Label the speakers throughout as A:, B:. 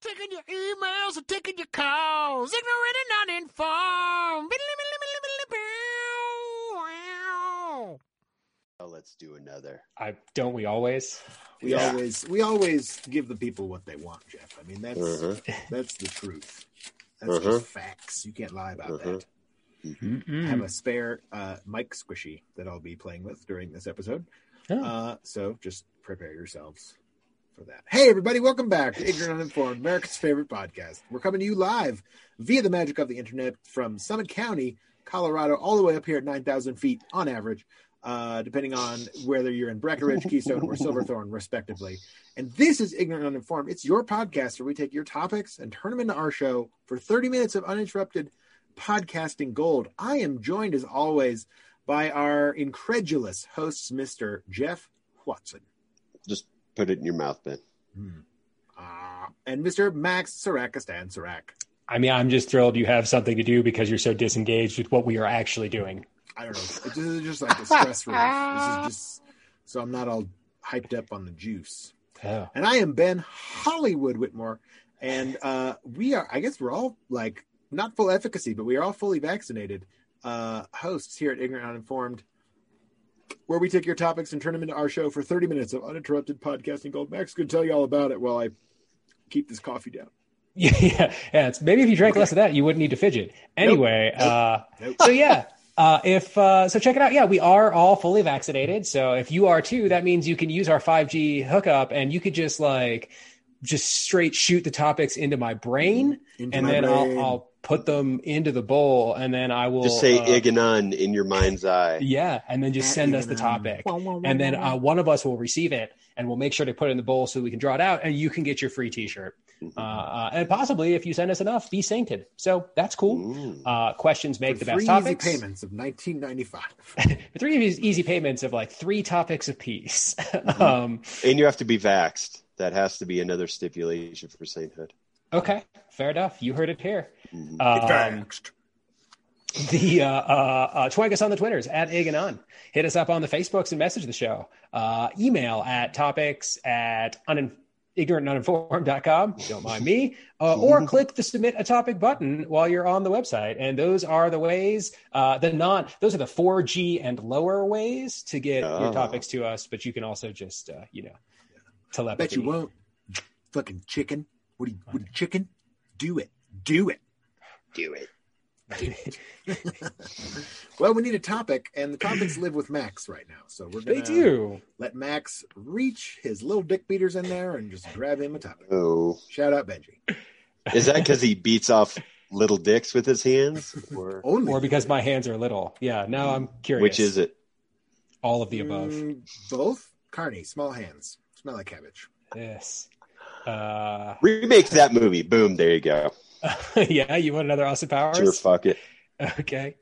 A: taking your emails and taking your calls. Ignorant and uninformed.
B: Oh, let's do another.
C: I don't we always?
D: We
B: Yeah.
D: always we always give the people what they want, Jeff. I mean that's
B: Mhm.
D: that's the truth. That's just facts. You can't lie about
B: Mhm.
D: that. I
C: Hmm.
D: have a spare uh, mic squishy that I'll be playing with during this episode.
C: Oh.
D: Uh, so just prepare yourselves for that. Hey, everybody, welcome back to Ignorant Uninformed, America's favorite podcast. We're coming to you live via the magic of the internet from Summit County, Colorado, all the way up here at 9,000 feet on average, uh, depending on whether you're in Breckenridge, Keystone, or Silverthorne, respectively. And this is Ignorant Uninformed. It's your podcast where we take your topics and turn them into our show for 30 minutes of uninterrupted podcasting gold. I am joined, as always, by our incredulous hosts, Mr. Jeff Watson Hmm.
B: Put it in your mouth, man.
D: Ah, and Mr. Max Sarakistan Sarak.
C: I mean, I'm just thrilled you have something to do because you're so disengaged with what we are actually doing.
D: I don't know. This is just like a stress relief. This is just so I'm not all hyped up on the juice.
C: Oh.
D: And I am Ben Hollywood Whitmore. And uh, we are, I guess we're all like not full efficacy, but we are all fully vaccinated uh, hosts here at Ignorant Uninformed, where we take your topics and turn them into our show for 30 minutes of uninterrupted podcasting gold. Max could tell you all about it while I keep this coffee down.
C: Yeah, yeah, it's, maybe if you drank less of that, you wouldn't need to fidget. Anyway, uh,
D: Nope.
C: so yeah, uh, if uh, so, check it out. Yeah, we are all fully vaccinated. So if you are too, that means you can use our 5G hookup, and you could just like just straight shoot the topics into my brain,
D: Into
C: and
D: my
C: then
D: brain.
C: I'll, I'll put them into the bowl, and then I will
B: Just say
C: uh,
B: Ig and Un in your mind's eye.
C: Yeah, and then just
D: At
C: send us the
D: even,
C: topic,
D: um, wah, wah, wah,
C: and then
D: wah, wah.
C: uh, one of us will receive it, and we'll make sure to put it in the bowl so we can draw it out, and you can get your free T-shirt, uh, uh, and possibly if you send us enough, be sainted. So that's cool.
B: Mm.
C: Uh, questions make
D: For
C: the best
D: three
C: topics.
D: easy payments of 1995.
C: Three easy- easy payments of like three topics apiece. um,
B: And you have to be vaxxed. That has to be another stipulation for sainthood.
C: okay, fair enough. You heard it here.
D: Mm-hmm.
B: Mhm.
C: Um, the uh, uh, uh, twang us on the twitters at iganon hit us up on the facebooks and message the show uh, email at topics at unin- ignorantuninformed.com don't mind me uh, or click the submit a topic button while you're on the website and those are the ways uh, the non those are the 4g and lower ways to get
B: Oh.
C: your topics to us but you can also just uh, you know telepathy
D: Bet you won't. Fucking chicken. What do you, what do you chicken? Do it. Do it.
B: Do it.
D: Well, we need a topic, and the topics live with Max right now. So we're
C: they
D: gonna
C: do
D: let Max reach his little dick beaters in there and just grab him a topic.
B: Oh.
D: Shout out Benji.
B: Is that because he beats off little dicks with his hands? Or
D: Only
C: or because my hands are little yeah now i'm Oh, curious
B: which is it?
C: all of the above
D: Mm, both Carney, small hands, smell like cabbage.
C: Yes. Uh,
B: Remake that movie. Boom, there you go.
C: yeah, you want another Austin Powers?
B: Sure, fuck it.
C: Okay.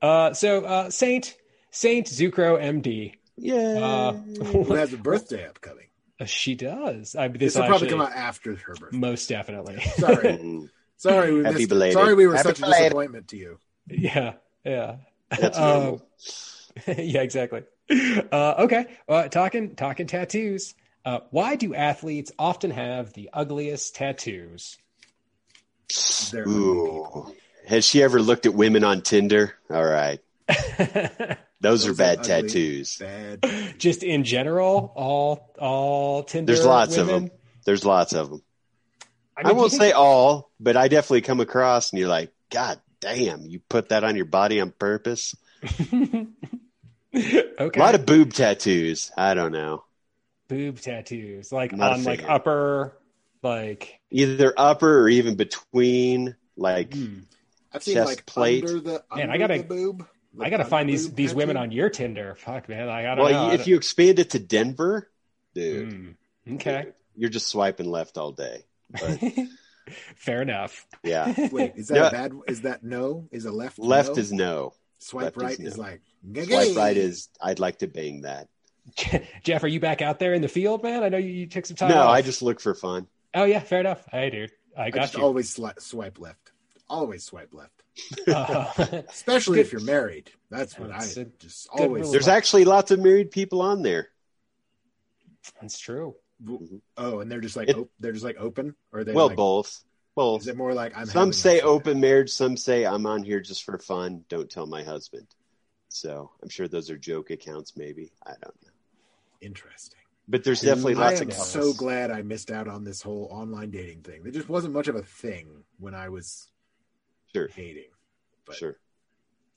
C: Uh, so uh, Saint Saint Zucro MD.
B: Yeah.
D: Who has a birthday upcoming?
C: Uh, she does. I, this
D: This will
C: will
D: probably
C: actually-
D: come out after her birthday.
C: most definitely.
D: Sorry, sorry, we
B: Happy
D: missed,
B: belated.
D: sorry we were
B: Happy
D: such a
B: belated.
D: disappointment to you.
C: yeah. Yeah.
B: That's
C: Um,
B: normal.
C: yeah. Exactly. Uh, okay. Uh, talking talking tattoos. Uh, why do athletes often have the ugliest tattoos?
D: They're
B: Ooh. Has she ever looked at women on Tinder? All right. Those,
D: Those
B: are
D: are
B: bad
D: ugly.
B: tattoos.
D: bad.
C: Just in general, all all Tinder.
B: There's lots of
C: women?
B: them. There's lots of them.
C: I,
B: I,
C: mean, do you
B: won't
C: think-
B: say all, but I definitely come across and you're like, God damn, you put that on your body on purpose.
C: okay.
B: A lot of boob tattoos. I don't know.
C: boob tattoos, like
B: Not a
C: on like
B: fan.
C: upper, like
B: Either upper or even between. Like,
C: Hmm.
D: I've seen
B: chest
D: like
B: plate.
D: under the
C: Man,
D: under
C: I gotta-
D: the boob.
C: I gotta find these
D: Boob
C: these women
D: tattoo.
C: on your Tinder. Fuck man, like, I don't
B: well,
C: know.
B: if you expand it to Denver, dude,
C: Mm. okay,
B: you're just swiping left all day. But,
C: fair enough.
B: yeah.
D: Wait, is that
B: Yeah.
D: a bad? Is that no? Is a left?
B: Left
D: no?
B: is no. left
D: swipe
B: is
D: right
B: no.
D: is, like
B: Swipe right is, I'd like to bang that.
C: Jeff, are you back out there in the field, man? I know you, you took some time.
B: No,
C: off.
B: I just look for fun.
C: Oh yeah, fair enough. Hey, dude, I
D: I just
C: got you.
D: always sli- swipe left. Always swipe left,
C: Uh,
D: especially
C: Good.
D: if you're married. That's what
C: That's
D: I
C: a
D: just always.
C: rule.
B: There's actually lots of married people on there.
C: that's true.
D: w- oh, and they're just like
B: It-
D: op- they're just like open, or are they
B: well,
D: like,
B: both. Both.
D: Is it more like I'm having
B: some say
D: a-
B: open marriage, some say I'm on here just for fun. Don't tell my husband. So I'm sure those are joke accounts, maybe. I don't know.
D: Interesting.
B: But there's definitely
D: I
B: lots
D: am
B: of couples.
D: so glad I missed out on this whole online dating thing. There just wasn't much of a thing when I was
B: Sure,
D: dating. But-
B: sure.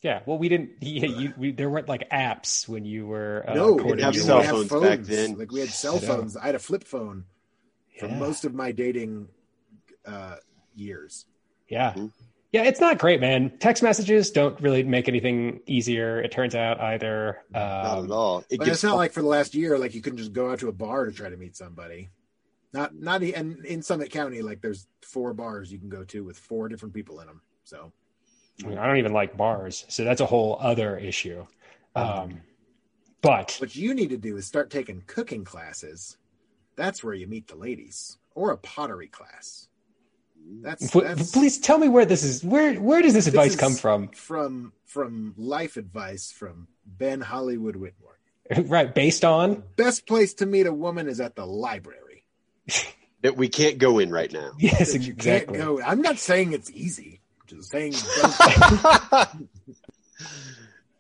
C: Yeah, well, we didn't. Yeah, you, we, there weren't like apps when you were. Uh,
D: no,
B: didn't
C: courting
B: have
D: we
C: your
B: cell
C: wife.
D: didn't have
B: phones back then.
D: Like we had cell
C: I know.
D: phones. I had a flip phone for
C: Yeah.
D: most of my dating uh, years.
C: Yeah.
D: Mm-hmm.
B: Mhm.
C: Yeah, it's not great, man. Text messages don't really make anything easier, it turns out, either. Um,
B: Not at all. It
D: But
B: gets
D: it's not like for the last year, like you couldn't just go out to a bar to try to meet somebody. Not not e- and in Summit County, like there's four bars you can go to with four different people in them. So
C: I, mean, I don't even like bars, so that's a whole other issue.
D: Mm-hmm.
C: Um, but
D: what you need to do is start taking cooking classes. That's where you meet the ladies, or a pottery class. That's,
C: pl-
D: that's
C: please tell me where this is. Where where does this, advice
D: is-
C: come from?
D: from from life advice from Ben Hollywood Whitmore.
C: right, based on
D: Best place to meet a woman is at the library.
B: that we can't go in right now.
C: yes,
D: That you
C: exactly.
D: can't go. I'm not saying it's easy. Just saying don't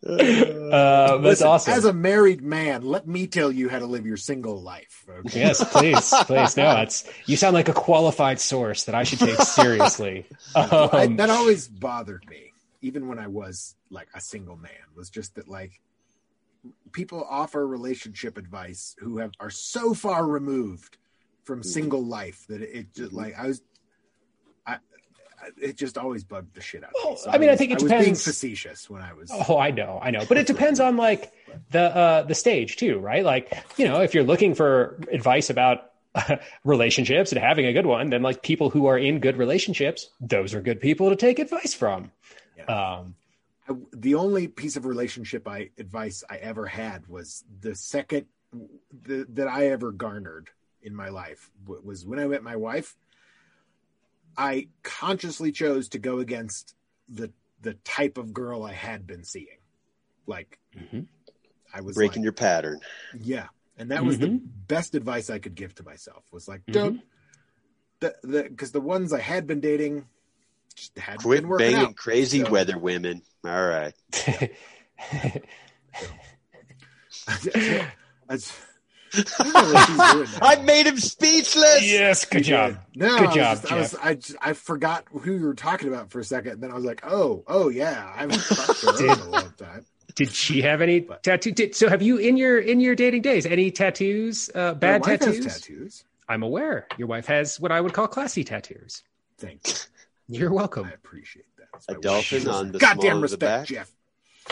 C: Uh, that's
D: Listen,
C: awesome.
D: As a married man, let me tell you how to live your single life. Okay?
C: yes, please, please. No, it's you sound like a qualified source that I should take seriously. Um,
D: I- that always bothered me, even when I was like a single man, was just that like people offer relationship advice who have are so far removed from
C: Mm-hmm.
D: single life that it, it just like I was. I I- It just always bugged the shit out of me.
C: Well, I mean, I
D: was-
C: think it
D: was being
C: depends-
D: facetious when I was.
C: Oh, I know, I know, but it depends on like the uh, the stage too, right? Like you know, if you're looking for advice about relationships and having a good one, then like people who are in good relationships, those are good people to take advice from.
D: Yeah.
C: Um,
D: I, the only piece of relationship I advice I ever had was the second the, that I ever garnered in my life w- was when I met my wife. I consciously chose to go against the the type of girl I had been seeing. Like
C: mm-hmm.
D: I was
B: Breaking
D: like,
B: your pattern.
D: yeah, and that was the best advice I could give to myself. Was
C: Mm-hmm.
D: like don't the the because the ones I had been dating just had
B: Quit
D: been working
B: banging
D: out.
B: crazy
D: So-
B: weather women. All right.
D: I just- I don't know what she's doing now.
B: I made him speechless.
C: yes, good job. Good
D: No, I was
C: job,
D: just- I was, I, just- I forgot who you were talking about for a second. and Then I was like, oh, oh yeah, I haven't talked to her in a long time.
C: Did she have any tattoo? Did, so, have you in your in your dating days any tattoos? Uh, bad
D: My wife has
C: tattoos?
D: tattoos.
C: I'm aware. Your wife has what I would call classy tattoos.
D: Thank you.
C: You're welcome.
D: I appreciate that. That's
B: A
D: my
B: dolphin
D: wife.
B: on the small
D: goddamn
B: of the
D: respect,
B: back?
D: Jeff.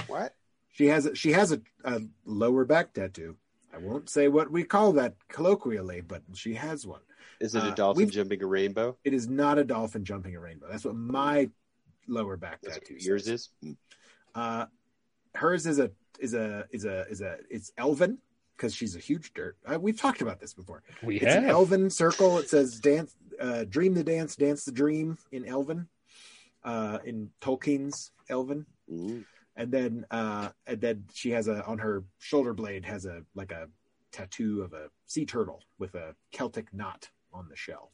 B: What?
D: She has a, she has a, a lower back tattoo. I won't say what we call that colloquially, but she has one.
B: Is it a
D: Uh,
B: dolphin
D: we've-
B: jumping a rainbow?
D: It is not a dolphin jumping a rainbow. That's what my lower back
B: That's
D: tattoo
B: what yours
D: says.
B: is? Mm.
D: Uh, hers is a is a is a is a it's elven because she's a huge dirt. Uh, we've talked about this before.
C: We
D: It's an
C: have.
D: elven circle. It says dance, uh, dream the dance, dance the dream in elven, uh, in Tolkien's elven.
B: Mm.
D: And then uh, and then she has a on her shoulder blade has a like a tattoo of a sea turtle with a Celtic knot on the shell.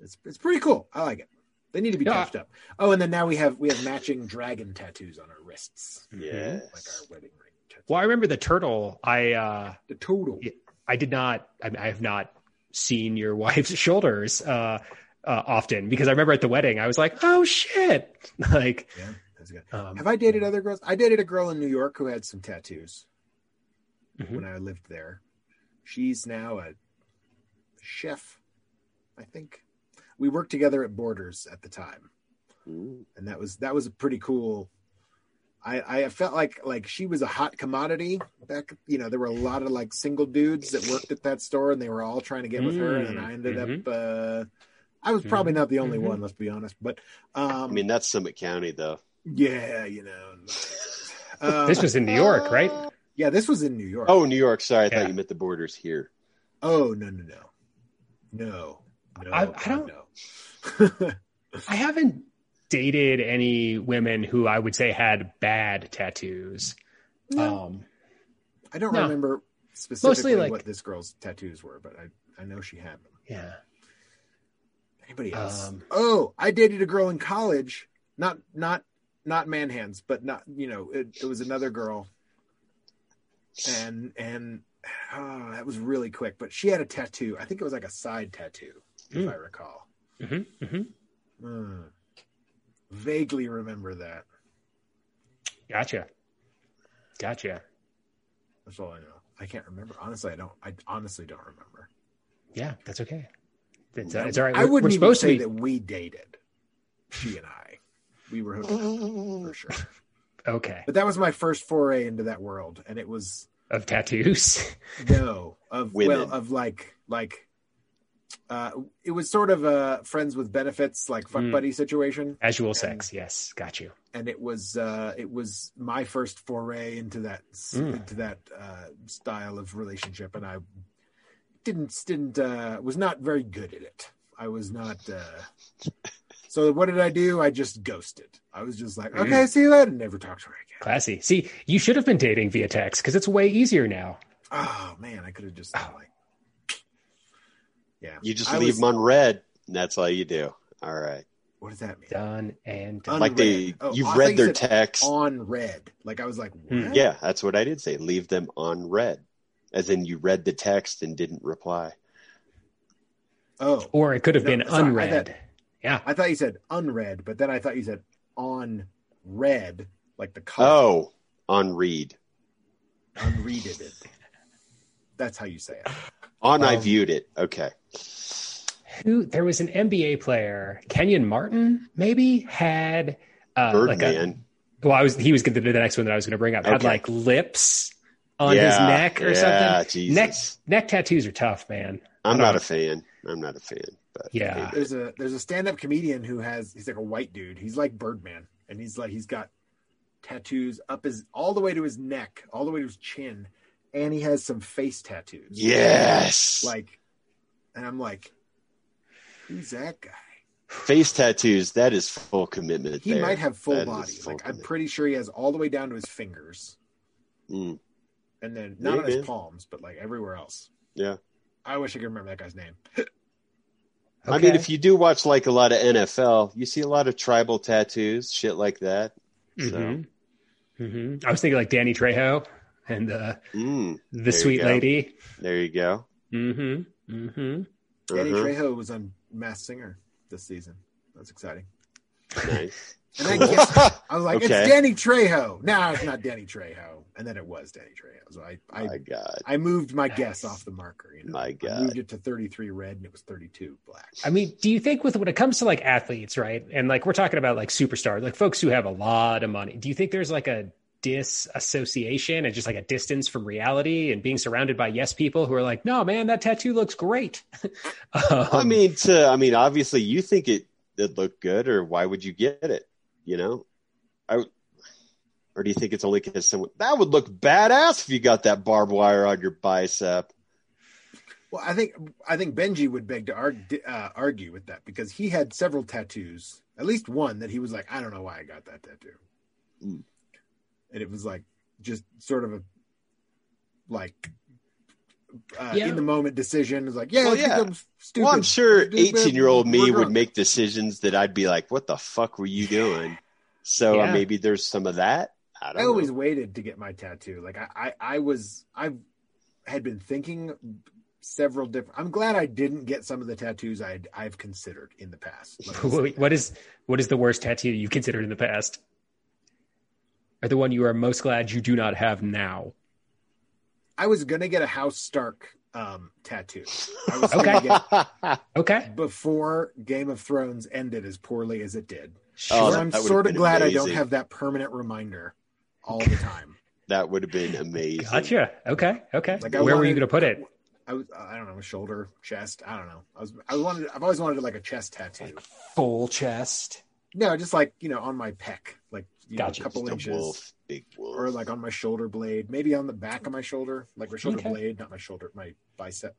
D: It's it's pretty cool. I like it. They need to be
C: Yeah.
D: touched up. Oh, and then now we have we have matching dragon tattoos on our wrists,
B: Yes.
D: like our wedding ring. tattoo.
C: Well, I remember the turtle. I uh,
D: The total.
C: Yeah. I did not. I, I have not seen your wife's shoulders uh, uh, often because I remember at the wedding I was like, "Oh shit!" Like,
D: Yeah, that's good.
C: um,
D: Have I dated other girls? I dated a girl in New York who had some tattoos
C: Mhm.
D: when I lived there. She's now a chef, I think. We worked together at Borders at the time,
B: Mm.
D: and that was that was a pretty cool. I I felt like like she was a hot commodity back. You know, there were a lot of like single dudes that worked at that store, and they were all trying to get with her, and then I ended up. uh I was probably not the only
C: Mhm.
D: one, let's be honest, but um,
B: I mean, that's Summit County, though.
D: yeah, you know. Um,
C: this was in New York, right?
D: yeah, this was in New York.
B: Oh, New York. Sorry, I
C: Yeah.
B: thought you meant the borders here.
D: Oh no no no no no
C: I- I
D: God,
C: don't-
D: no.
C: I haven't dated any women who I would say had bad tattoos.
D: No.
C: Um,
D: I don't
C: No.
D: remember specifically
C: like-
D: what this girl's tattoos were, but I, I know she had them.
C: Yeah.
D: Anybody else?
C: Um,
D: oh, I dated a girl in college. Not not not man hands, but not you know it, it was another girl, and and oh, that was really quick. But she had a tattoo. I think it was like a side tattoo, if
C: Mm.
D: I recall.
C: Mm-hmm, mm-hmm.
D: Hmm. Vaguely remember that.
C: Gotcha. Gotcha.
D: That's all I know. I can't remember. Honestly, I don't. I honestly don't remember.
C: Yeah, that's okay. It's, uh, it's all right.
D: I
C: We're,
D: wouldn't
C: we're
D: even
C: supposed
D: say
C: to be.
D: that we dated. She and I, we were hooking up for sure.
C: Okay.
D: But that was my first foray into that world, and it was
C: Of tattoos.
D: no of well
B: Women.
D: of like like. Uh, it was sort of a friends with benefits, like fuck
C: Mm.
D: buddy situation,
C: Casual sex. Yes. Got you.
D: and it was uh, it was my first foray into that s
C: Mm.
D: into that uh, style of relationship, and I didn't didn't uh, was not very good at it. I was not. Uh, so what did I do? I just ghosted. I was just like,
C: Mm.
D: okay, see you later. Never talked to her again.
C: Classy. See, you should have been dating via text because it's way easier now.
D: Oh man, I could have just like, yeah.
B: You just
D: I
B: leave
D: was-
B: them on red, and that's all you do. All right.
D: What does that mean?
C: Done and done.
D: On
B: like they,
D: red. Oh, I
B: you've
D: thought
B: read
D: you
B: their
D: said
B: text.
D: On red, like I was like,
C: Hmm.
D: what?
B: Yeah, that's what I did say. Leave them on red, as in you read the text and didn't reply.
D: Oh,
C: or it could have
D: No,
C: been
D: sorry, I
C: unread.
D: thought-
C: yeah.
D: I thought you said unread, but then I thought you said on red, like the color.
B: Oh, on read.
D: unreaded it. That's how you say it.
B: On I
C: Um,
B: viewed it. Okay.
C: Who? There was an NBA player, Kenyon Martin, maybe had uh, like a
B: Birdman.
C: Well, I was he was going to do the next one that I was going to bring up. Had
B: Okay.
C: like lips on his
B: Yeah,
C: neck or
B: yeah,
C: something.
B: Jesus.
C: Neck neck tattoos are tough, man.
B: I'm
C: I don't-
B: not a fan. I'm not a fan. But
C: Yeah.
D: There's a there's a stand up comedian who has he's like a white dude. He's like Birdman, and he's like he's got tattoos up his all the way to his neck, all the way to his chin, and he has some face tattoos.
B: Yes. Like
D: like and i'm like who's that guy
B: face tattoos. That is full commitment.
D: he
B: there.
D: might have full
B: That is
D: body
B: full
D: like i'm
B: commitment.
D: pretty sure he has all the way down to his fingers
B: Mm.
D: and then not
B: Yeah,
D: on his
B: man.
D: palms but like everywhere else
B: Yeah.
D: i wish i could remember that guy's name
B: I mean, if you do watch like a lot of NFL, you see a lot of tribal tattoos, shit like that. so-
C: hmm I was thinking like Danny Trejo and uh,
B: Mm.
C: the
B: you
C: sweet
B: go.
C: lady.
B: There you go.
C: Mm-hmm. Mm-hmm.
D: danny
B: Uh-huh.
D: trejo was on mass singer this season that's exciting
B: Nice.
D: and I, guess, I was like
B: Okay.
D: it's danny trejo no it's not danny trejo and then it was danny trejo so i i,
B: my God.
D: I moved my guess off the marker you know
B: My
D: I
B: God.
D: moved it to 33 red and it was 32 black
C: I mean, do you think with when it comes to like athletes, right? And like we're talking about like superstars, like folks who have a lot of money. Do you think there's like a disassociation and just like a distance from reality and being surrounded by yes people who are like, no, man, that tattoo looks great. um,
B: I mean, to I mean, obviously, you think it it looked good, or why would you get it? You know, I or do you think it's only because someone that would look badass if you got that barbed wire on your bicep?
D: Well, I think I think Benji would beg to argue, uh, argue with that because he had several tattoos, at least one that he was like, I don't know why I got that tattoo,
B: Mm.
D: and it was like just sort of a like uh,
C: Yeah.
D: in the moment decision. It was like, yeah,
B: Well,
D: let's
B: yeah.
D: become stupid.
B: Well, I'm sure
D: Let's do this.
B: eighteen year old me
D: We're
B: would
D: drunk.
B: make decisions that I'd be like, "What the fuck were you doing?" So uh,
C: Yeah.
B: maybe there's some of that. I
D: I,
B: don't
D: always
B: know.
D: waited to get my tattoo. Like I, I, I was, I had been thinking several different. I'm glad I didn't get some of the tattoos I I've considered in the past. Let me say that.
C: what is what is the worst tattoo you've considered in the past? Or the one you are most glad you do not have now?
D: I was gonna get a House Stark um, tattoo. I was gonna get
C: Okay.
D: before Game of Thrones ended as poorly as it did.
B: Oh,
C: Sure.
D: so
B: that
D: I'm
B: would've
D: sort of
B: been
D: glad I don't
B: amazing.
D: have that permanent reminder all the time.
B: that would have been amazing.
C: gotcha. Okay. Okay.
D: Like, I
C: Where were you going
D: wanted-
C: to put it?
D: I was I don't know shoulder chest I don't know I was I wanted I've always wanted like a chest tattoo.
C: Full chest.
D: No, just like you know on my pec, like you know,
C: Gotcha.
B: Just
D: a couple
B: a
D: inches,
B: wolf, big wolf,
D: or like on my shoulder blade, maybe on the back of my shoulder, like my shoulder
C: Okay.
D: blade, not my shoulder, my bicep,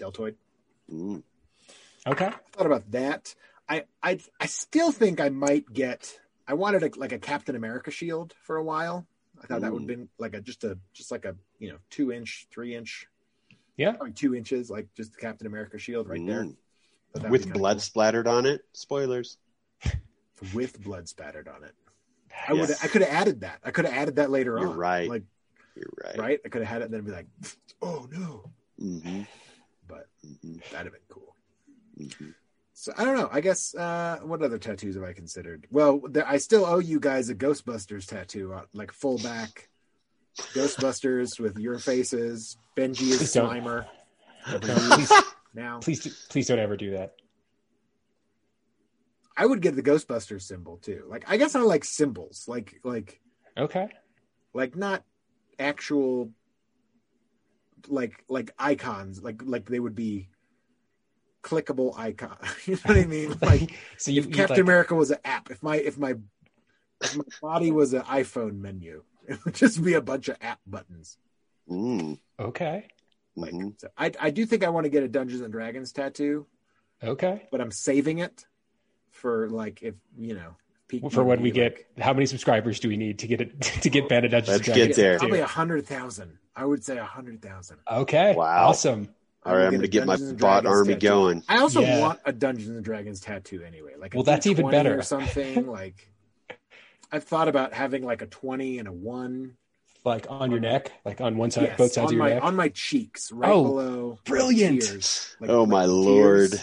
D: deltoid.
B: Mm.
C: Okay.
D: thought about that. I I I still think I might get. I wanted a, like a Captain America shield for a while. I thought that would
B: Mm.
D: have been like a just a just like a you know, two inch, three inch,
C: Yeah.
D: probably two inches, like just the Captain America shield right there.
B: Mm.
D: But that'd be
B: with
D: kinda
B: blood splattered on it. Spoilers.
D: cool. with blood spattered on it. I
B: Yes.
D: would I could have added that. I could have added that later
B: You're
D: on.
B: right.
D: Like
B: You're right.
D: right, I could have had it and then be like, oh no,
B: hmm
D: but
B: hmm
D: that'd have been cool.
B: hmm
D: So I don't know. I guess uh, what other tattoos have I considered? Well, there, I still owe you guys a Ghostbusters tattoo, uh, like full back Ghostbusters with your faces. Benji
C: Please
D: is
C: don't.
D: Slimer
C: No, please,
D: now.
C: please, do- please don't ever do that.
D: I would get the Ghostbusters symbol too. Like I guess I like symbols, like like
C: Okay.
D: like not actual like like icons, like like they would be clickable icon. you know what I mean? Like
C: so you, you
D: Captain
C: like,
D: America was an app. If my if my if my body was an iPhone menu, it would just be a bunch of app buttons.
B: mm
C: okay,
D: Like
B: Mhm.
D: so I I do think I want to get a Dungeons and Dragons tattoo,
C: okay.
D: but I'm saving it for like if you know peak
C: For when
D: money,
C: we
D: like,
C: get, how many subscribers do we need to get it to get Ben a Dungeons and
B: Let's
C: Dragons
B: get there.
C: tattoo?
D: probably a hundred thousand. I would say a hundred thousand.
C: Okay.
B: Wow.
C: Awesome.
B: All right,
D: will
B: I'm
D: a
B: gonna get my
D: Dungeons and
B: bot
D: Dragons
B: army
D: tattoo.
B: going.
D: I also
C: Yeah.
D: want a Dungeons and Dragons tattoo anyway. Like a
C: Well, that's even
D: D20
C: better.
D: or something. like I've thought about having like a twenty and a one
C: Like on your neck, like on one side,
D: yes,
C: both sides
D: on
C: of your
D: my
C: neck.
D: on my cheeks, right
C: Oh,
D: below. like
C: brilliant.
D: tears, like-
B: oh
D: like
B: my
D: tears,
B: lord.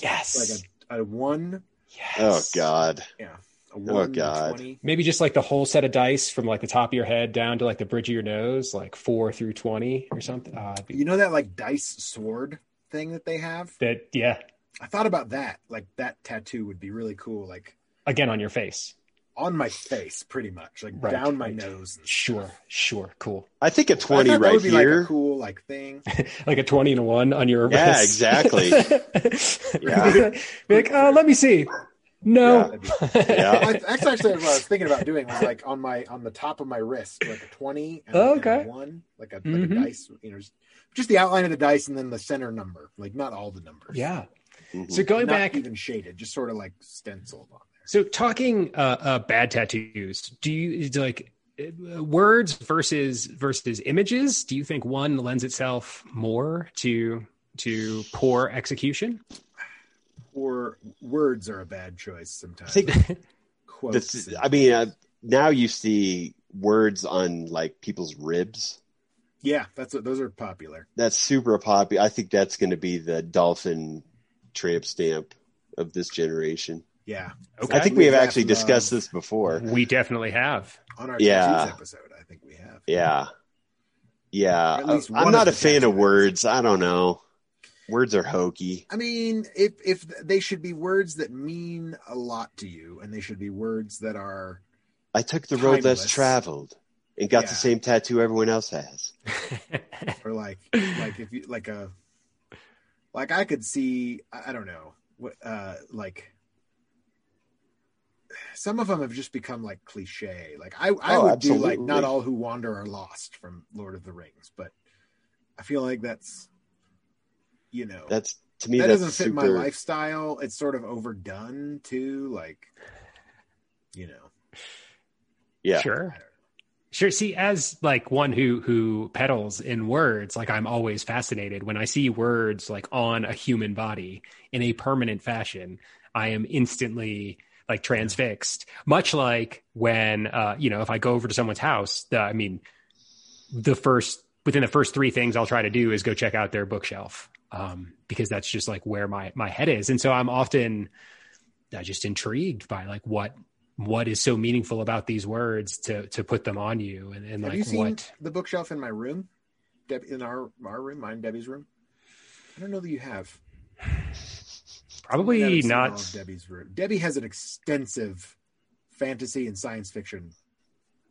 C: yes.
D: Like a, a one,
B: Oh
C: yes.
B: god.
D: a one, and a
B: Oh, God.
D: twenty.
C: Maybe just like the whole set of dice from like the top of your head down to like the bridge of your nose, like four through twenty or something. Uh, it'd be-
D: You know that like dice sword thing that they have?
C: that yeah.
D: I thought about that. Like that tattoo would be really cool. Like
C: Again on your face.
D: on my face, pretty much, like
C: Right,
D: down my
C: right.
D: nose. and
C: Sure. Sure. Cool.
B: I think a twenty
D: I thought that
B: right
D: would be
B: here.
D: like a cool like thing.
C: Like a twenty and a one on your
B: Yeah,
C: wrist.
B: exactly.
C: yeah. Be like, uh, let me see. No.
D: That'd be
B: Yeah.
D: I, that's actually what I was thinking about doing was like on my on the top of my wrist, like a twenty and, a-
C: Oh,
D: and
C: okay.
D: a one, like a, like a
C: Mhm.
D: dice, you know, just, just the outline of the dice and then the center number, like not all the numbers.
C: yeah.
B: Mhm.
C: So going
D: Not
C: back,
D: even shaded, just sort of like stenciled on there.
C: So talking uh, uh, bad tattoos, do you do like uh, words versus versus images? Do you think one lends itself more to to poor execution?
D: Or words are a bad choice
B: I
D: sometimes.
B: think
D: Quotes.
B: that's,
D: and-
B: I mean uh, now you see words on like people's ribs.
D: yeah, that's what those are popular.
B: That's super popular. I think that's gonna be the dolphin tramp stamp of this generation.
D: Yeah,
C: Okay.
B: I think we have
D: Love.
B: actually discussed this before.
C: We definitely have.
D: on our
B: Yeah.
D: tattoos episode, I think we have.
B: Yeah.
D: Or
B: Yeah.
D: at least
B: I-
D: one
B: I'm not
D: of
B: a
D: the
B: fan of
D: tattoos.
B: words. I don't know. Words are hokey.
D: I mean, if if they should be words that mean a lot to you, and they should be words that are
B: I took the road less
D: Timeless.
B: traveled and got
D: Yeah.
B: the same tattoo everyone else has.
D: or like like if you like a like I could see I I don't know what uh like some of them have just become like cliche. Like I I
B: Oh,
D: would do like
B: absolutely.
D: not all who wander are lost from Lord of the Rings, but I feel like that's you know
B: That's to me
D: that
B: that's
D: doesn't fit
B: super,
D: my lifestyle. It's sort of overdone too, like you know.
B: Yeah.
D: I
C: Sure.
D: don't know.
C: Sure. See, as like one who who pedals in words, like I'm always fascinated when I see words like on a human body in a permanent fashion. I am instantly like transfixed. Much like when uh, you know, if I go over to someone's house, the, I mean, the first within the first three things I'll try to do is go check out their bookshelf um, because that's just like where my my head is, and so I'm often uh, just intrigued by like what what is so meaningful about these words to to put them on you and, and
D: Have
C: like
D: you seen
C: what
D: the bookshelf in my room? Deb, in our our room, mine, Debbie's room. I don't know that you have.
C: probably
D: I've seen all
C: not
D: of Debbie's room. Debbie has an extensive fantasy and science fiction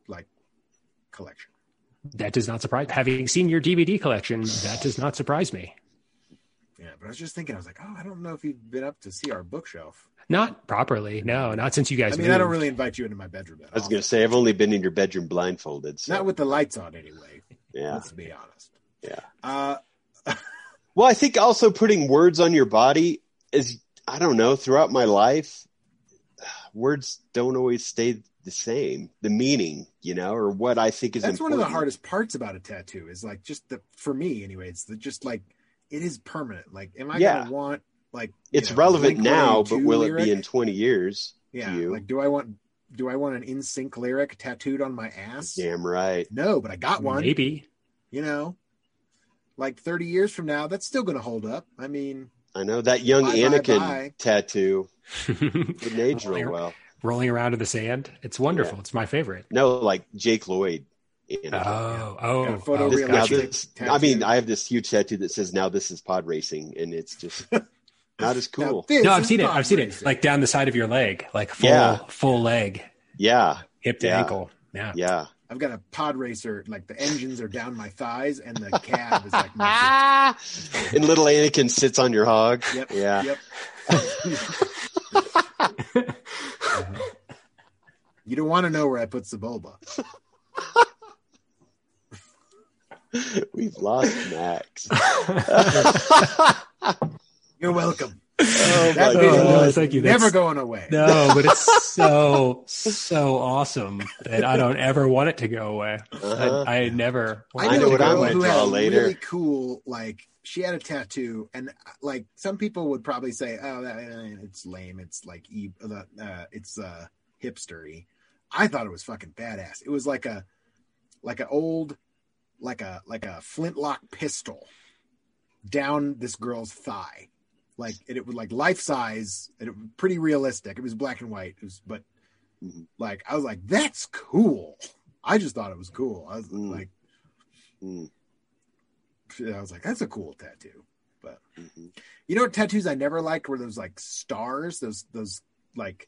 D: like collection.
C: that does not surprise having seen your dvd collection that does not surprise me
D: Yeah, but I was just thinking, I was like, oh, I don't know if you've been up to see our bookshelf.
C: not properly no not since you guys
D: I mean,
C: moved.
D: I don't really invite you into my bedroom. At
B: I was
D: all.
B: gonna say I've only been in your bedroom blindfolded. So
D: not with the lights on anyway.
B: yeah.
D: Let's be honest.
B: Yeah.
D: Uh,
B: Well, I think also putting words on your body is I don't know, throughout my life words don't always stay the same, the meaning, you know, or what I think is
D: That's one of the
B: important.
D: hardest parts about a tattoo is like just the for me anyway. It's the, just like it is permanent. Like, am I
B: Yeah.
D: gonna want like you
B: It's
D: know,
B: relevant now,
D: Blink-182
B: but will it
D: lyric?
B: be in 20 years?
D: Yeah,
B: you?
D: like do I want do I want an in sync lyric tattooed on my ass?
B: Damn right.
D: No, but I got one.
C: Maybe.
D: You know, like thirty years from now, that's still gonna hold up. I mean,
B: I know that young
D: Bye, bye,
B: Anakin
D: bye.
B: tattoo didn't age
C: Rolling
B: real
C: ar-
B: well.
C: Rolling around in the sand. It's wonderful. It's my favorite.
B: No, like Jake Lloyd. Anakin.
C: Oh, oh.
D: Got a photo
C: oh,
B: This- now
C: gotcha.
D: realistic
B: this, I mean,
D: tattoo.
B: I have this huge tattoo that says "Now this is pod racing," and it's just not as
D: now
B: cool.
D: this
C: No, I've
D: is
C: seen it.
D: not
C: I've seen it.
D: racist.
C: Like down the side of your leg, like full,
B: Yeah.
C: full leg,
B: Yeah,
C: hip to
B: Yeah.
C: ankle. Yeah.
B: yeah.
D: I've got a pod racer. Like the engines are down my thighs, and the cab is like my.
B: Ah, and little Anakin sits on your hog.
D: Yep.
B: Yeah,
D: Yep. You don't want to know where I put Sebulba.
B: we've lost Max.
D: You're welcome.
B: Oh
D: That
B: my
D: video
B: god!
C: Oh,
D: is
C: thank you.
D: never
C: That's-
D: going away.
C: No, but it's so, so awesome that I don't ever want it to go away.
B: Uh-huh. Um,
C: I, I never want
B: I
C: it
B: know
C: to
B: what
C: go
B: I
D: girl
C: away.
B: wanna
D: who had
B: draw
D: a
B: later.
D: Really cool. Like she had a tattoo, and like some people would probably say, "Oh, that, eh, it's lame. It's like e- the, uh, it's uh, hipstery." I thought it was fucking badass. It was like a like an old like a like a flintlock pistol down this girl's thigh. Like and it was like life size and it was pretty realistic. It was black and white. It was but
B: Mhm.
D: like I was like, that's cool. I just thought it was cool. I was
B: Mm.
D: like
B: Mm,
D: I was like, that's a cool tattoo.
B: mhm.
D: You know what tattoos I never liked were those like stars, those those like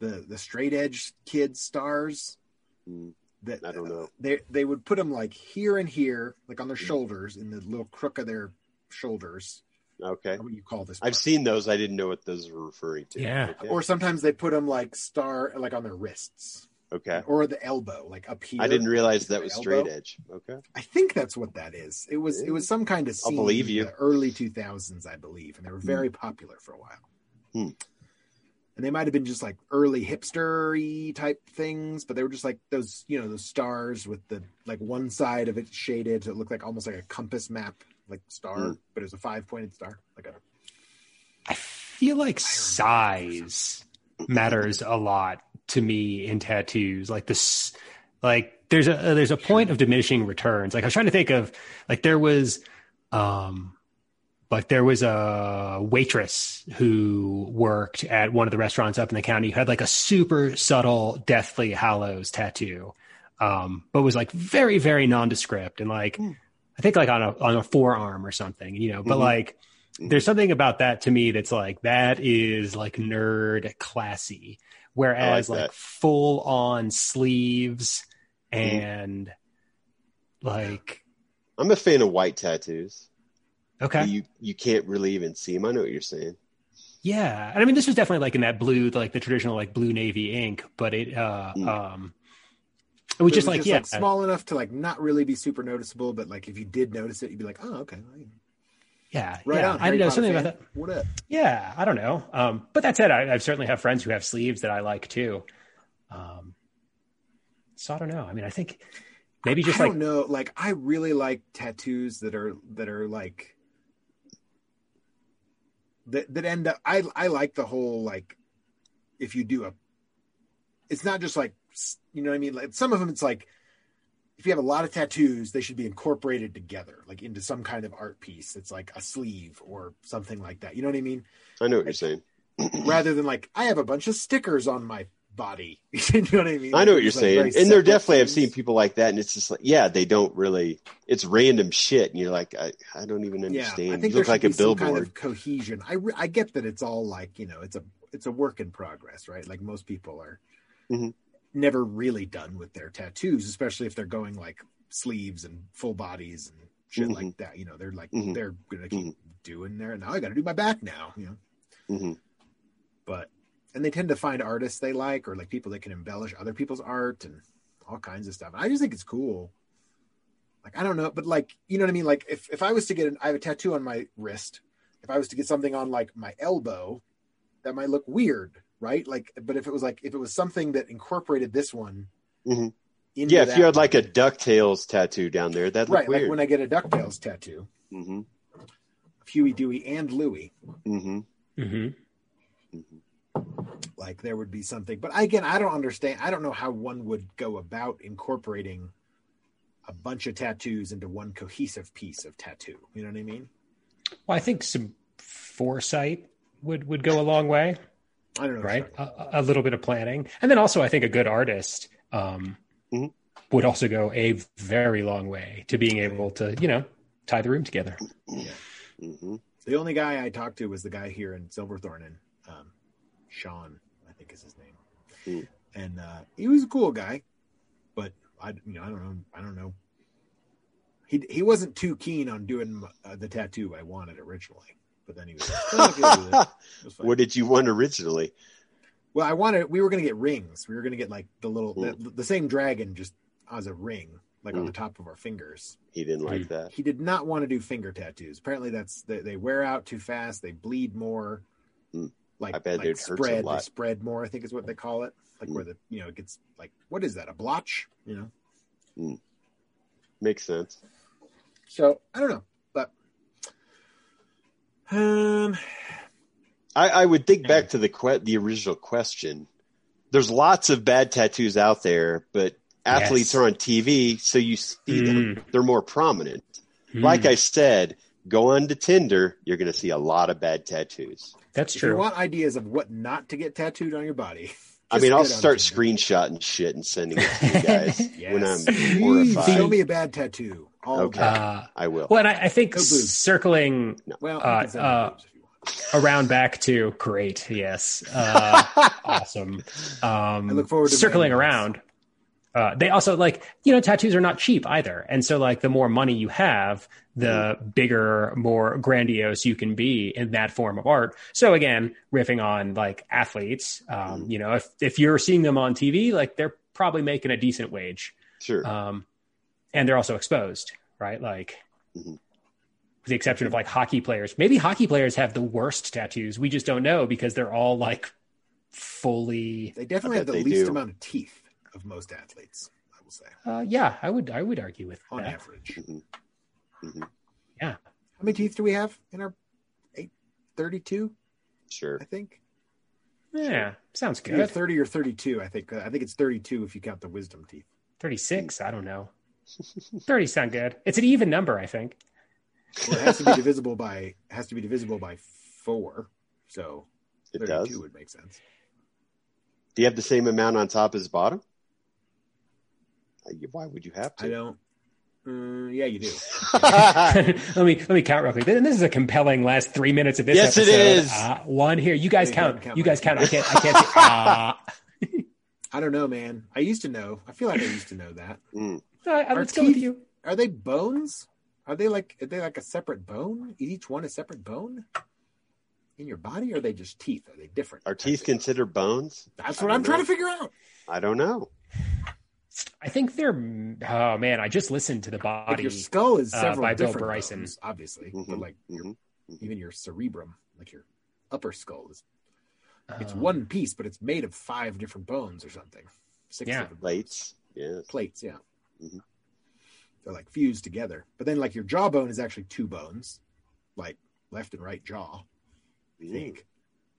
D: the the straight edge kid stars
B: Mm.
D: that
B: I don't know.
D: They they would put them like here and here, like on their shoulders, in the little crook of their shoulders.
B: Okay,
D: What do you call this?
B: I've
D: part?
B: seen those. I didn't know what those were referring to.
C: Yeah.
B: Okay.
D: Or sometimes they put them like star, like on their wrists
B: okay.
D: or the elbow, like up here.
B: I didn't realize that was
D: Elbow.
B: straight edge. Okay.
D: I think that's what that is. It was it was some kind of scene
B: Eh, believe you.
D: in the early 2000s, I believe, and they were very popular for a while.
B: Hmm.
D: And they might have been just like early hipstery type things, but they were just like those, you know, those stars with the like one side of it shaded, so it looked like almost like a compass map, like star,
B: Hmm.
D: but it was a five pointed star, like a
C: I feel like size matters a lot to me in tattoos. Like this, like there's a there's a point of diminishing returns. Like I was trying to think of like there was, um, like there was a waitress who worked at one of the restaurants up in the county who had like a super subtle Deathly Hallows tattoo, um, but was like very very nondescript and like
B: Hmm.
C: I think like on a on a forearm or something, you know. But
B: Mhm.
C: like there's something about that to me that's like that is like nerd classy whereas
B: I like
C: like,
B: that.
C: full on sleeves
B: Mm-hmm.
C: and like
B: I'm a fan of white tattoos.
C: okay
B: You you can't really even see them. I know what you're saying.
C: yeah and i mean this was definitely like in that blue like the traditional like blue navy ink but it uh
B: Mm.
C: um it was
D: It
C: just
D: was
C: like yeah
D: small enough to like not really be super noticeable, but like if you did notice it, you'd be like, oh, okay,
C: yeah
D: right
C: yeah i
D: on.
C: don't
D: Harry
C: know
D: Potter
C: something
D: fan.
C: about that
D: What up?
C: Yeah, I don't know. Um, but that said, I, I certainly have friends who have sleeves that I like too. Um, so I don't know. I mean, I think maybe just
D: I
C: like
D: don't know. Like I really like tattoos that are that are like that that end up. I I like the whole like if you do a, it's not just like s- you know what I mean. Like some of them, it's like if you have a lot of tattoos, they should be incorporated together, like into some kind of art piece. It's like a sleeve or something like that. You know what I mean?
B: I know what you're saying. Mm-hmm.
D: Rather than like I have a bunch of stickers on my body. you know what I mean?
B: I know what you're
D: It's, like, very
B: saying. And there
D: separate
B: definitely I've
D: things.
B: seen people like that and it's just like yeah, they don't really it's random shit and you're like I, I don't even understand.
D: I think
B: you look
D: there
B: like
D: should
B: a
D: be some
B: billboard.
D: kind of cohesion. I re- I get that it's all like you know it's a it's a work in progress, right? Like most people are
B: Mhm.
D: never really done with their tattoos, especially if they're going like sleeves and full bodies and shit
B: Mhm.
D: like that. You know, they're like
B: Mhm.
D: they're gonna keep doing their now. I got to do my back now. You know,
B: Mhm.
D: but and they tend to find artists they like or like people that can embellish other people's art and all kinds of stuff. I just think it's cool. Like I don't know, but like you know what I mean. Like if if I was to get an, I have a tattoo on my wrist. If I was to get something on like my elbow, that might look weird. right? Like, but if it was like if it was something that incorporated this one,
B: Mhm.
D: into
B: Yeah, if
D: that
B: you had like a
D: one.
B: Ducktales tattoo down there, that'd look
D: right, like
B: weird.
D: when I get a Ducktales tattoo,
C: Mm-hmm,
B: hmm
D: Huey, Dewey, and Louie,
B: hmm
C: Mm-hmm.
D: like there would be something. But again, I don't understand. I don't know how one would go about incorporating a bunch of tattoos into one cohesive piece of tattoo. You know what I mean?
C: Well, I think some foresight would would go a long way,
D: I don't know.
C: right? A, a little bit of planning, and then also I think a good artist um,
B: Mhm.
C: would also go a very long way to being able to you know tie the room together. mm-hmm.
B: hmm
D: The only guy I talked to was the guy here in Silverthorne, and um, Sean, I think is his name.
B: Mm.
D: And uh, he was a cool guy, but I, you know, I don't know, I don't know. He he wasn't too keen on doing uh, the tattoo I wanted originally, but then he was. Like, "Oh, okay, I'll do that." It was fine.
B: what did you want originally?
D: Well, I wanted. We were gonna get rings. We were gonna get like the little,
B: Mm.
D: the, the same dragon, just as a ring, like
B: Hmm.
D: on the top of our fingers.
B: He didn't like that.
D: He did not want to do finger tattoos. Apparently, that's they, they wear out too fast. They bleed more.
B: Hmm.
D: Like
B: I bet
D: like
B: it hurts a
D: spread, they
B: lot.
D: spread more. I think is what they call it. Like
B: Hmm.
D: where the you know it gets like what is that a blotch? You know.
B: Makes sense.
D: So I don't know, but um,
B: I, I would think back to the que- the original question. There's lots of bad tattoos out there, but athletes
C: Yes.
B: are on TV, so you see them. They're more prominent.
C: Mm,
B: Like I said, go on to Tinder, you're going to see a lot of bad tattoos.
C: that's
D: if you
C: true.
D: want ideas of what not to get tattooed on your body,
B: I mean, I'll
D: just get
B: start
D: on Tinder.
B: screenshotting shit and sending it to you guys when I'm
D: Yes. Please
B: horrified.
D: show me a bad tattoo. All
B: Okay.
D: day.
C: uh,
B: I will.
C: well, and I, I think
D: No boobs.
C: circling
D: well, you
C: uh,
D: can send me
C: uh,
D: boobs if you want.
C: around back to great yes uh, awesome um
D: I look forward to
C: circling
D: my emails.
C: around uh, they also like you know tattoos are not cheap either and so like the more money you have the
D: Mm-hmm.
C: bigger more grandiose you can be in that form of art so again riffing on like athletes um,
D: Mm-hmm.
C: you know if if you're seeing them on tv like they're probably making a decent wage
B: sure.
C: um, and they're also exposed, right? Like,
B: Mhm.
C: with the exception of like hockey players, maybe hockey players have the worst tattoos. We just don't know because they're all like fully.
D: They definitely
B: I
D: have the
B: bet they
D: least
B: do.
D: amount of teeth of most athletes, I will say,
C: Uh, yeah, I would. I would argue with
D: on
C: that.
D: average.
B: Mhm. Mhm.
C: Yeah.
D: How many teeth do we have in our eight, 32,
B: Sure.
D: I think?
C: Yeah, sounds
D: Either
C: good.
D: 30 or 32, I think. I think it's 32 if you count the wisdom teeth.
C: Thirty-six. I don't know. Thirty sound good. It's an even number, I think.
D: Well, it has to be divisible by it has to be divisible by 4. So
B: It
D: 32
B: does.
D: would make sense.
B: Do you have the same amount on top as bottom? Uh, you- Why would you have
D: I
B: to?
D: don't Mm, yeah, you do.
B: Uh,
C: let me let me count real quick. And this is a compelling last three minutes of this.
B: Yes, it
C: episode.
B: is.
C: Uh, one here. You guys
D: Yeah,
C: count.
D: count
C: You
D: mine.
C: guys count. I can't. I can't. see- Ah.
D: I don't know, man. I used to know. I feel like I used to know that.
B: Mm.
C: Uh, let's go with you.
D: Are they bones? Are they like are they like a separate bone? Is each one a separate bone in your body? Or are they just teeth? Are they different?
B: Are teeth considered bones?
D: That's
B: I
D: what
B: don't
D: I'm trying
B: know.
D: to figure out.
B: I don't know.
C: I think they're. Oh man, I just listened to the
D: Like
C: body.
D: your skull is
C: uh,
D: several
C: by Bill
D: different
C: Bryson.
D: bones, obviously,
B: Mhm,
D: but like your,
B: mhm.
D: even your cerebrum, like your upper skull is it's
C: Um,
D: one piece, but it's made of five different bones or something. Six
C: Yeah.
D: different bones.
B: Plates. Yes.
D: plates, yeah.
B: Mhm.
D: They're like fused together. But then like your jawbone is actually two bones, like left and right jaw. I
B: Mm.
D: think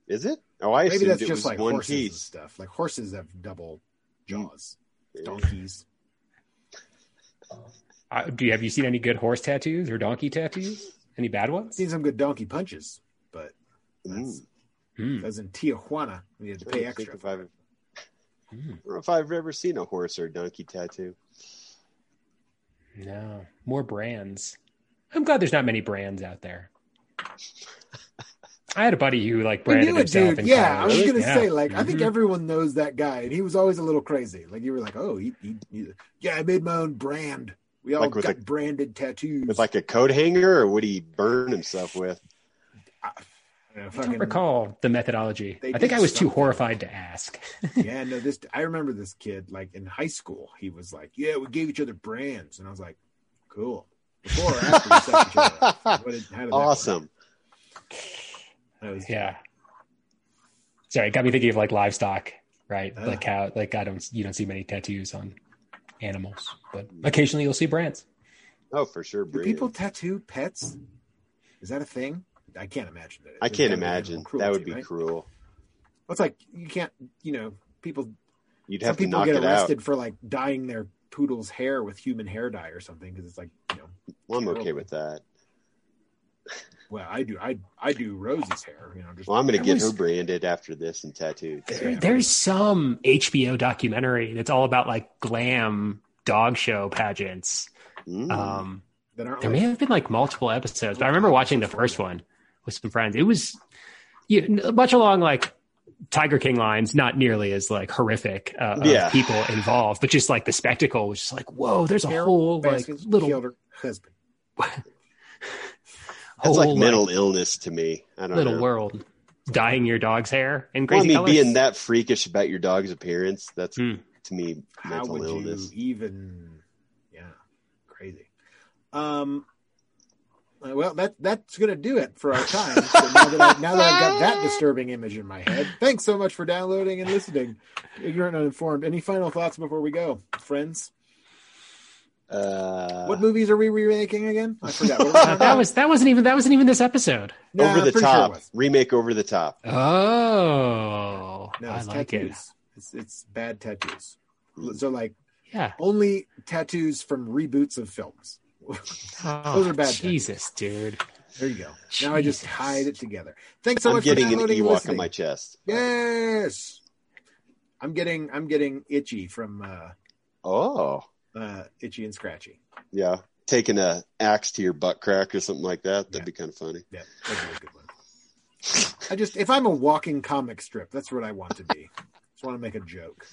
B: Is it? Oh, I
D: maybe
B: assumed
D: that's
B: it
D: just
B: was
D: like
B: one
D: horses and
B: piece. Mm.
D: stuff. Like horses have double jaws.
B: Yeah.
D: Donkeys.
C: uh, do you have you seen any good horse tattoos or donkey tattoos? Any bad ones?
D: Seen some good donkey punches, but that's,
B: Mm.
C: Hmm.
D: that's in Tijuana. We had to
B: I
D: pay
B: don't
D: extra.
B: think if I've, I
C: Hmm.
B: don't know if I've ever seen a horse or a donkey tattoo.
D: Hmm.
C: No, more brands. I'm glad there's not many brands out there. I had a buddy who like
D: We
C: branded
D: knew it,
C: himself.
D: dude.
C: in
D: Yeah,
C: college.
D: I was gonna
C: Yeah.
D: say, like, I think
C: Mhm.
D: everyone knows that guy, and he was always a little crazy. Like, you were like, "Oh, he, he, he- yeah, I made my own brand. We all
B: Like with
D: got
B: a-
D: branded tattoos."
B: With like a coat hanger, or would he burn himself with?
D: You know,
C: I don't
D: Ah, fucking-
C: recall the methodology.
D: They
C: I think
D: did
C: I was too
D: something.
C: horrified to ask.
D: yeah, no, this I remember this kid like in high school. He was like, "Yeah, we gave each other brands," and I was like, "Cool." Before or after we sucked each other up? What did- how did that work?
B: awesome.
D: That was-
C: yeah. Sorry, it got me thinking of like livestock, right?
D: Ah.
C: Like cow. Like I don't, you don't see many tattoos on animals, but occasionally you'll see brands.
B: Oh, for sure.
D: Do
B: Brie.
D: people tattoo pets? Is that a thing? I can't imagine that.
B: I
D: There's
B: can't
D: gotta be animal
B: imagine.
D: cruelty,
B: that would be
D: right?
B: cruel.
D: Well, it's like you can't, you know, people.
B: You'd
D: Some
B: have to
D: people
B: knock
D: get
B: it out.
D: arrested for like dyeing their poodle's hair with human hair dye or something because it's like, you know,
B: Well, I'm okay
D: Terrible.
B: with that.
D: well, I do, I I do Rosie's hair, you know, just
B: Well, I'm going
E: I
B: to get
E: was-
B: her branded after this and tattooed.
E: There- there's some HBO documentary that's all about like glam dog show pageants.
B: Mm.
D: uh,
E: Um,
D: that aren't
E: there may
D: like,
E: have been like multiple episodes, but I remember watching the first one with some friends. It was yeah, n- much along like Tiger King lines, not nearly as like horrific uh, of
B: Yeah.
E: people involved, but just like the spectacle was just like, whoa, there's a
D: Carol
E: whole like
D: Baskins
E: little
D: killed her husband.
E: whole
B: That's like
E: like,
B: mental illness to me. I don't
E: little
B: know.
E: world dyeing your dog's hair in
B: Well, I
E: crazy
B: mean,
E: colors.
B: being that freakish about your dog's appearance, that's
E: Hmm.
B: to me
D: How
B: mental
D: would
B: illness.
D: you even?
B: Hmm.
D: Yeah, crazy. Um. uh, Well, that that's gonna do it for our time. So now, that I, now that I've got that disturbing image in my head, thanks so much for downloading and listening. Ignorant and uninformed. Any final thoughts before we go, friends?
B: Uh,
D: what movies are we remaking again? I forgot. What are we talking
E: Uh, that
D: about?
E: was that wasn't even that wasn't even this episode.
D: Nah,
B: over
D: I'm
B: the
D: pretty sure it
B: top
D: was.
B: remake. Over the top.
E: Oh,
D: No,
E: I
D: it's
E: like
D: tattoos.
E: it.
D: It's it's bad tattoos.
B: Hmm.
D: So like
E: Yeah.
D: only tattoos from reboots of films.
E: Oh,
D: Those are bad
E: Jesus, dude.
D: There you go. Now I just
E: Jesus.
D: tied it together. Thanks so
B: I'm
D: much
B: getting
D: for
B: an
D: downloading and
B: Ewok on
D: listening.
B: my chest.
D: yes. I'm getting I'm getting itchy from uh,
B: Oh,
D: uh, itchy and scratchy.
B: yeah. Taking a axe to your butt crack or something like that. That'd
D: Yeah.
B: be kind of funny.
D: Yeah, that'd be a good one. I just if I'm a walking comic strip, that's what I want to be. just want to make a joke.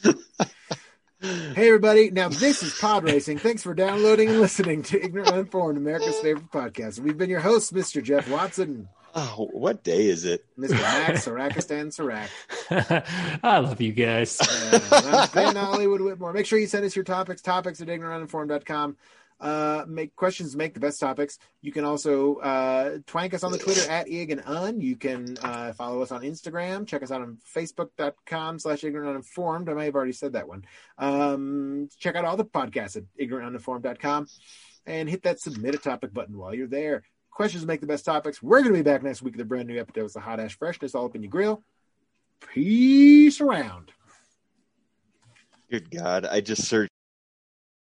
D: Hey everybody! Now this is Pod Racing. Thanks for downloading and listening to Ignorant Uninformed, America's favorite podcast. We've been your hosts, Mr. Jeff Watson,
B: Oh, what day is it?
D: Mr. Max Sarakistan Sarak,
E: I love you guys.
D: Uh, I'm Van Hollywood Whitmore. Make sure you send us your topics, topics at ignorantuninformed.com. Uh, make questions, make the best topics. You can also uh, twank us on the Twitter at ig and un. You can uh, follow us on Instagram. Check us out on facebook.com slash ignorant uninformed. I may have already said that one. Um, check out all the podcasts at ignorantuninformed.com and hit that submit a topic button while you're there. Questions make the best topics. We're going to be back next week with a brand new episode of the Hot Ash Freshness all up in your grill. Peace around.
B: Good God! I just searched.